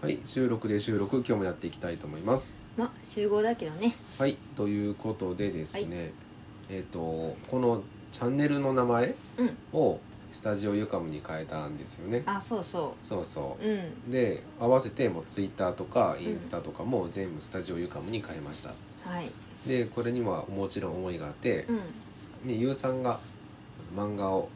はい収録で収録今日もやっていきたいと思いますまあ集合だけどねはいということでですね、えっ、とこのチャンネルの名前うんをスタジオユカムに変えたんですよねあそうそそうそううんうで合わせてもうツイッターとかインスタとかも全部スタジオユカムに変えましたはいでこれにはもちろん思いがあってう、んねゆうさんが漫画を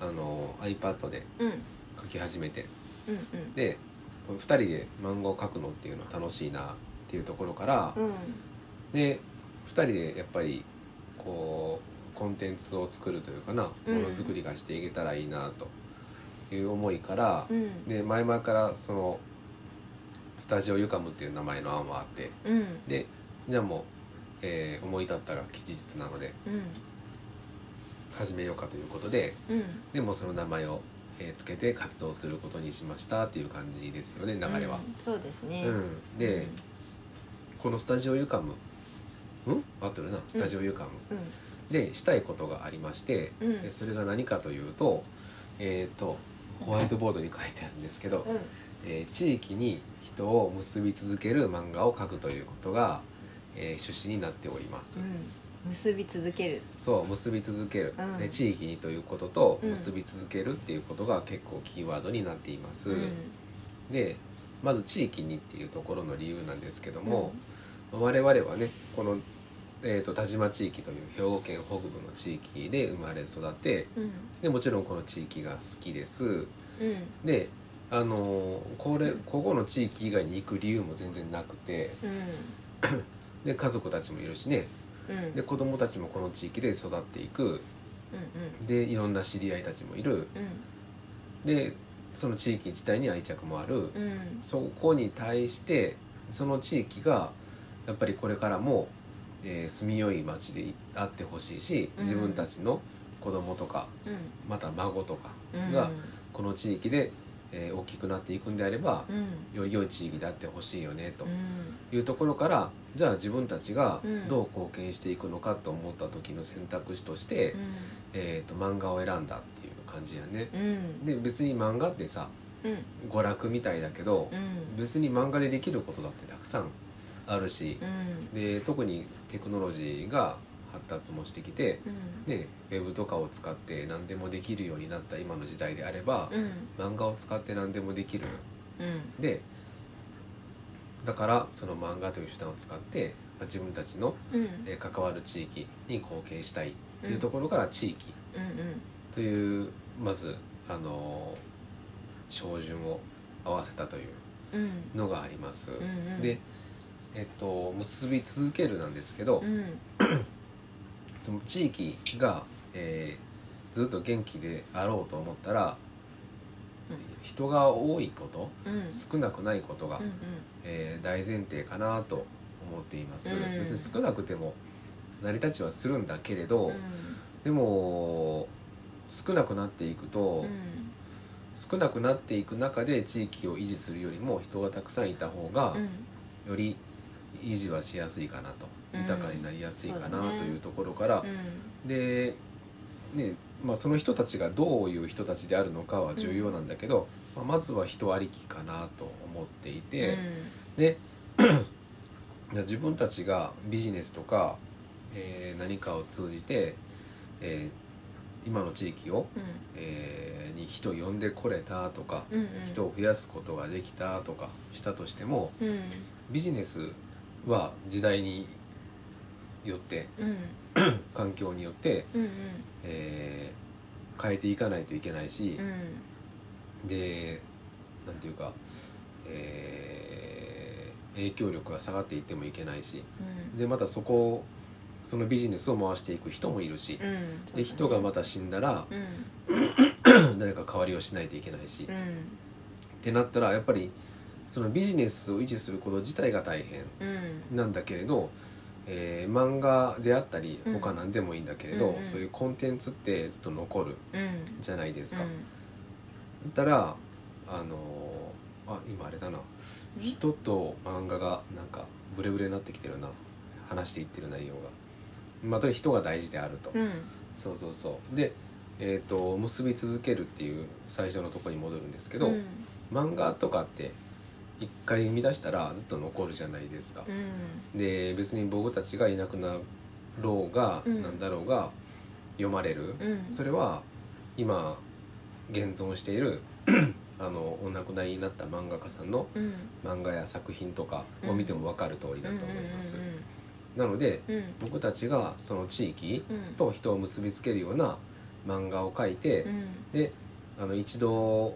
あの iPad でうん描き始めてうんで2人で漫画を描くのっていうのは楽しいなっていうところから、うんうんで2人でやっぱりこうコンテンツを作るというかなもうんのづくりがしていけたらいいなという思いから、うんで前々からそのスタジオユカムっていう名前の案はあってうんでじゃあもう、えー思い立ったが吉日なのでうん始めようかということでうんでもうその名前を、えーつけて活動することにしましたっていう感じですよね流れはう。んそうですねうん、で、このスタジオユカムうん合ってるなスタジオユカム、うんでしたいことがありまして、うんでそれが何かというとえっ、とホワイトボードに書いてあるんですけど、うんえー地域に人を結び続ける漫画を描くということが、えー趣旨になっております、うん結び続けるそう結び続ける、うんで地域にということとうん結び続けるっていうことが結構キーワードになっています、うんでまず地域にっていうところの理由なんですけども、我々はねこの、えー、と田島地域という兵庫県北部の地域で生まれ育てうんでもちろんこの地域が好きですうんであのーこれここの地域以外に行く理由も全然なくてうんで家族たちもいるしねうんで子供たちもこの地域で育っていくうんでいろんな知り合いたちもいるうんでその地域自体に愛着もある、うんうんそこに対してその地域がやっぱりこれからも、えー住みよい町であってほしいしうん自分たちの子供とかうまた孫とかんがこの地域で、えー大きくなっていくんであればう、んより良い地域であってほしいよねとうんいうところからじゃあ自分たちがうんどう貢献していくのかと思った時の選択肢として、えー、と漫画を選んだっていう感じやね。うんうんで別に漫画ってさうん娯楽みたいだけど、うん別に漫画でできることだってたくさんあるしう、んで特にテクノロジーが発達もしてきて、うんね、ウェブとかを使って何でもできるようになった今の時代であれば、うん漫画を使って何でもできるうんでだからその漫画という手段を使ってまあ自分たちのうんえー関わる地域に貢献したいっていうところから地域うんというまずあの照準を合わせたといううんうんのがあります。うんうんで、えっと、結び続けるなんですけど、うんその地域が、えーずっと元気であろうと思ったら、うん人が多いことうん少なくないことが、うんえー大前提かなと思っています、うん別に少なくても成り立ちはするんだけれど、うんでも少なくなっていくと、うん少なくなっていく中で地域を維持するよりも人がたくさんいた方が、うんより維持はしやすいかなとうん豊かになりやすいかなそうだねというところから、うんで、ねまあ、その人たちがどういう人たちであるのかは重要なんだけど、まあ、まずは人ありきかなと思っていて、で じゃあ自分たちがビジネスとか、えー何かを通じて、えー今の地域を、えーに人呼んでこれたとか、うんうん人を増やすことができたとかしたとしてもうんうんビジネスは時代によってうん環境によって、うんえー変えていかないといけないしう、んでなんていうか、えー影響力が下がっていってもいけないしうんでまたそこをそのビジネスを回していく人もいるし、うんで人がまた死んだらう ん誰か代わりをしないといけないし、うっんてなったらやっぱりそのビジネスを維持すること自体が大変うんなんだけれど、えー漫画であったりうん他何でもいいんだけれど、うんうんそういうコンテンツってずっと残るうんじゃないですか。うだんったらあのーあ今あれだな人と漫画がなんかブレブレになってきてるな話していってる内容が。まあ、とにかく人が大事であると、うんそうそうそうで、えー、と結び続けるっていう最初のとこに戻るんですけど、うん漫画とかって一回生み出したらずっと残るじゃないですか。で別に僕たちがいなくなろうが、うんなんだろうが読まれる、うんそれは今現存している あのお亡くなりになった漫画家さんのうん漫画や作品とかを見ても分かる通りだと思います。うなのでんうん僕たちがその地域うんうんと人を結びつけるような漫画を描いて、うんであの一度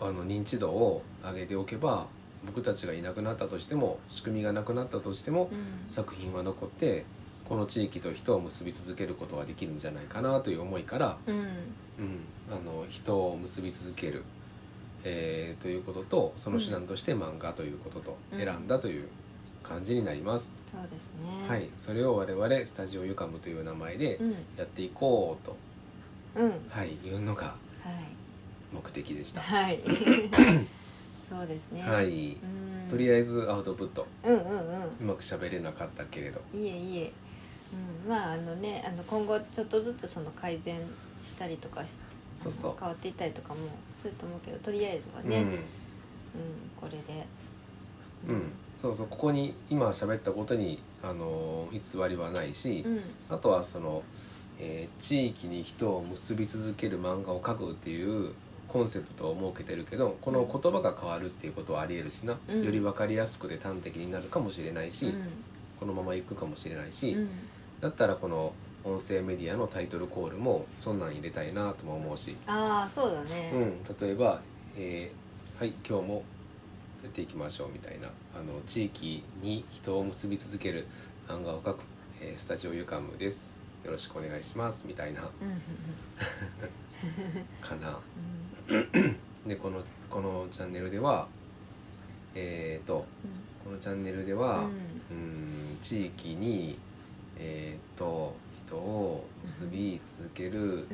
あの認知度を上げておけば僕たちがいなくなったとしても仕組みがなくなったとしてもうん作品は残ってこの地域と人を結び続けることができるんじゃないかなという思いから、うんうん、あの人を結び続ける、えーということとその手段として漫画ということとうん選んだという感じになります。そうですねはい、それを我々スタジオユカムという名前でうんやっていこうと、うんははい、いうのがい目的でした。はいそうですねはい、うんとりあえずアウトプットうんうんうんうまく喋れなかったけれど、いえいえ、うん、まああのねあの今後ちょっとずつその改善したりとかしそうそう変わっていったりとかもすると思うけどとりあえずはうね、うんんこれで、うん、そうそうここに今喋ったことにあのー偽りはないし、うんあとはその、えー地域に人を結び続ける漫画を描くっていうコンセプトを設けてるけどこの言葉が変わるっていうことはありえるしな、うんより分かりやすくて端的になるかもしれないし、うこのままいくかもしれないし、んうんだったらこの音声メディアのタイトルコールもそんなん入れたいなとも思うし。ああそうだうね、ん、例えば、えーはい今日もやっていきましょう」みたいなあの地域に人を結び続ける漫画を描く、えースタジオゆかむですよろしくお願いしますみたいなうんうんかなうでこのこのチャンネルではえっ、とんこのチャンネルでは、うーん地域にえっ、と人を結び続ける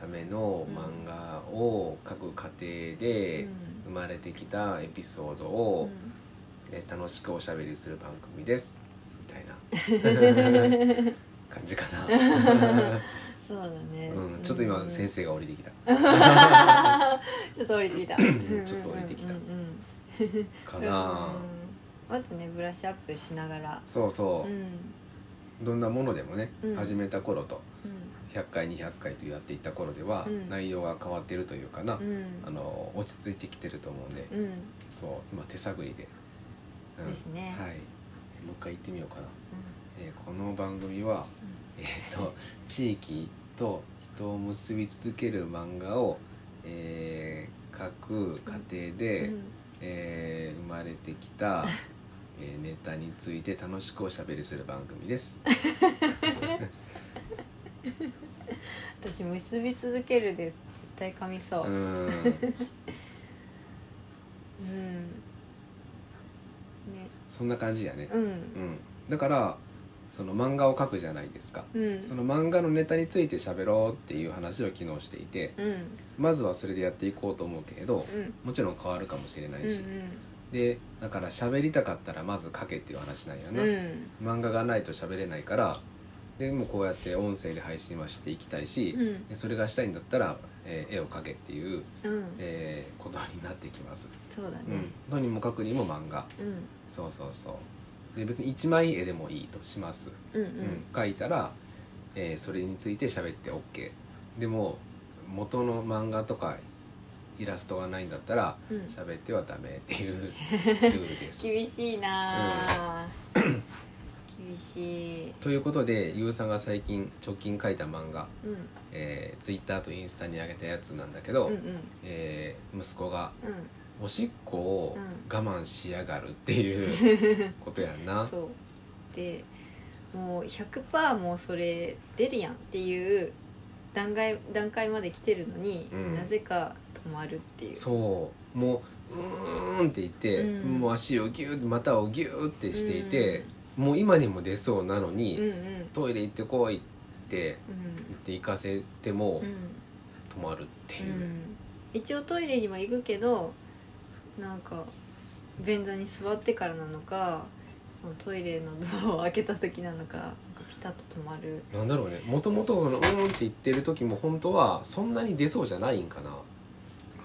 ための漫画を描く過程で、生まれてきたエピソードを、えー楽しくおしゃべりする番組ですみたいな感じか な、そうだね、うん、ちょっと今先生生が降りてきたちょっと降りてきたちょっと降りてきたうんうんうんかうんなまずねブラッシュアップしながらそううそんう、どんなものでもね、うん始めた頃とう100回200回とやっていった頃では、うん内容が変わってるというかな、んうんあの落ち着いてきてると思うんで、うんそう今手探りで、うんですねはいもう一回言ってみようかな、うんえーこの番組はえー、と地域と人を結び続ける漫画を、えー書く過程で、えー生まれてき た、えーネタについて楽しくおしゃべりする番組です。私結び続けるで絶対噛みそうーんううん、ねそんな感じやね、ううんん、だからその漫画を書くじゃないですか。うんその漫画のネタについて喋ろうっていう話を昨日していてうんうんまずはそれでやっていこうと思うけれどうんもちろん変わるかもしれなういし、んでだから喋りたかったらまず書けっていう話なんやうな、ん漫画がないと喋れないからでもうこうやって音声で配信はしていきたいし、うんでそれがしたいんだったら、えー絵を描けっていう、うんえーことになってきます、そうだねうん、とにもかくにも漫画うんそうそうそうで別に1枚絵でもいいとします、うんううんん描いたら、えーそれについて喋って OK でも元の漫画とかイラストがないんだったらうん喋ってはダメっていうルールです。 厳しいなあ厳しいということでゆうさんが最近直近書いた漫画、うんえー、Twitter とインスタに上げたやつなんだけど、うんうんえー息子がうん「おしっこをうん我慢しやがる」っていう ことやんな。そうでもう100%もうそれ出るやんっていう段階段階まで来てるのに、うんなぜか止まるっていうそうもう「うーん」って言って、うんもう足をギューって股をギューってしていて、もう今にも出そうなのうにん、うんトイレ行ってこい」って言って行かせてもうん止まるってういん、う、うん、一応トイレには行くけどなんか便座に座ってからなのかそのトイレのドアを開けた時なのかなんかピタッと止まるなんだろうねもともと「うーん」って言ってる時も本当はそんなに出そうじゃないんかな。か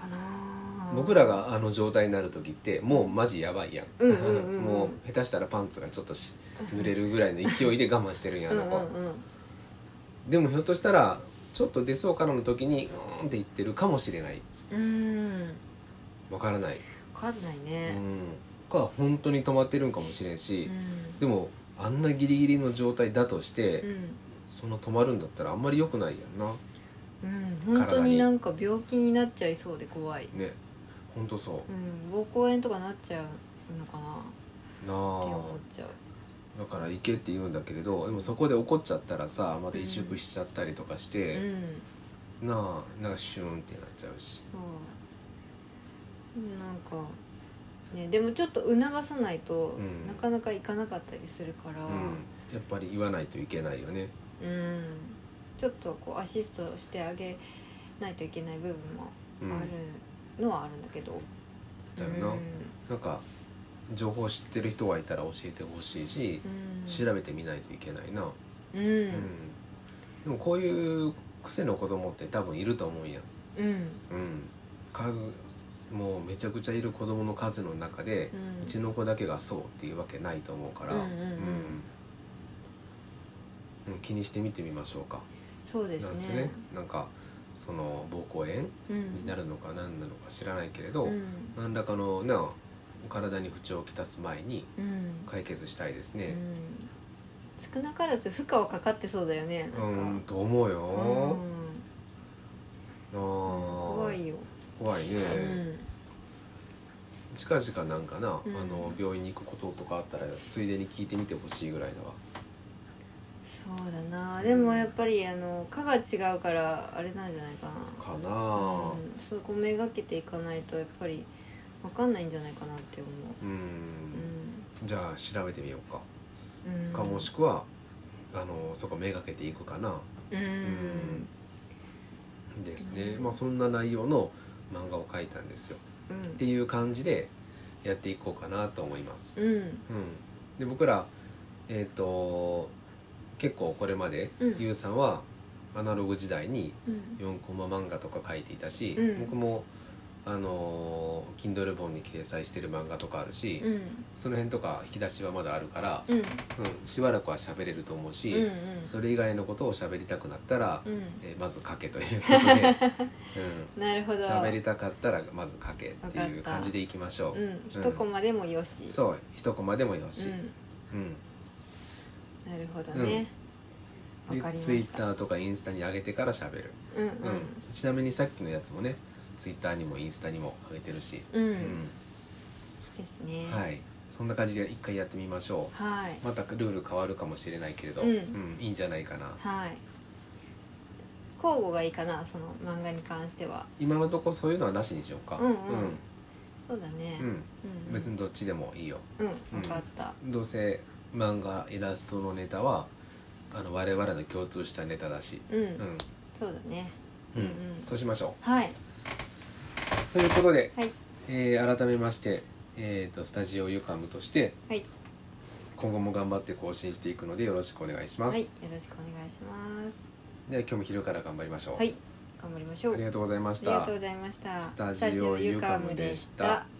な僕らがあの状態になる時ってもうマジやばいやん,、うんうんうんうん もう下手したらパンツがちょっとし濡れるぐらいの勢いで我慢してるんやうあんの子、うんうんでもひょっとしたらちょっと出そうからの時にうーんって言ってるかもしれないうんわからない、分かんないうね、ん、か本当に止まってるんかもしれんうんし、でもあんなギリギリの状態だとして、うんそんな止まるんだったらあんまり良くないやんなうん、本当になんか病気になっちゃいそうで怖い、ね本当そうん、膀胱炎とかなっちゃうのかなうなって思っあちゃうだから行けって言うんだけれどでもそこで怒っちゃったらさまた萎縮しちゃったりとかしうて、んなあなんかシューンってなっちゃうしそうなんかねでもちょっと促さないと、うんなかなか行かなかったりするからうん、やっぱり言わないといけないよねうん、ちょっとこうアシストしてあげないといけない部分もうんあるのはあるんだけど、だよな、うんなんか情報知ってる人がいたら教えてほしいし、うん調べてみないといけないな、ううんんでもこういう癖の子供って多分いると思うんや、うんうんうん、数もうめちゃくちゃいる子供の数の中で、うちの子だけがそうっていうわけないと思うから、うんうんうんうんうん気にしてみてみましょうか。そうですなんねですよね。なんかその膀胱炎うんになるのか何なのか知らないけれど、うん何らかのな体に不調をきたす前にうん解決したいですうね。ん少なからず負荷はかかってそうだよねうなんかん、と思ううよ。んあー怖いよ、怖いね。うん近々なんかな、うんあの病院に行くこととかあったらついでに聞いてみてほしいぐらいだわ。そうだなでもやっぱりあの科が違うからあれなんじゃないかかななあ。うん、そこめがけていかないとやっぱり分かんないんじゃないかなって思うん。うじゃあ調べてみようか。うん、うん、かもしくはあのそこめがけていくかな。うん、ですね、まあ、そんな内容の漫画を描いたんですようっんていう感じでやっていこうかなと思います、うんうん、で僕らえっ、と結構これまで、うんゆうさんはアナログ時代にうん4コマ漫画とか書いていたし、うん僕もあのー Kindle 本に掲載してる漫画とかあるし、うんその辺とか引き出しはまだあるから、うんうん、しばらくは喋れると思うし、うんそれ以外のことを喋りたくなったら、うんえーまず書けということで、 なるほうん、ど喋りたかったらまず書けっていうわかった感じでいきましょう、うん一コマでもよしそう一コマでもよし、ううんん、なるほどね、わでかりまツイしッたターとかインスタに上げてから喋る、うんうんうんちなみにさっきのやつもねツイッターにもインスタにも上げてるし、うん、うんですねはいそんな感じで一回やってみましょうはいまたルール変わるかもしれないけれど、うんいいんじゃないかなはい交互がいいかなその漫画に関しては今のとこそういうのはなしにしようかうんうんそうだねうんうんうん別にどっちでもいいよ、うん分かったどうせ漫画イラストのネタはあの我々の共通したネタだし、うん、うんそうだねうんうんうんそうしましょはい、う。ということで、はいえー改めまして、えー、とスタジオユカムとしてはい今後も頑張って更新していくのでよろしくお願いします。はいよろしくお願いしますでは今日も昼から頑張りましょう。はい頑張りましょうありがとうございましありがたとう。ございましたスタジオユカムでしたスタジオユカムでした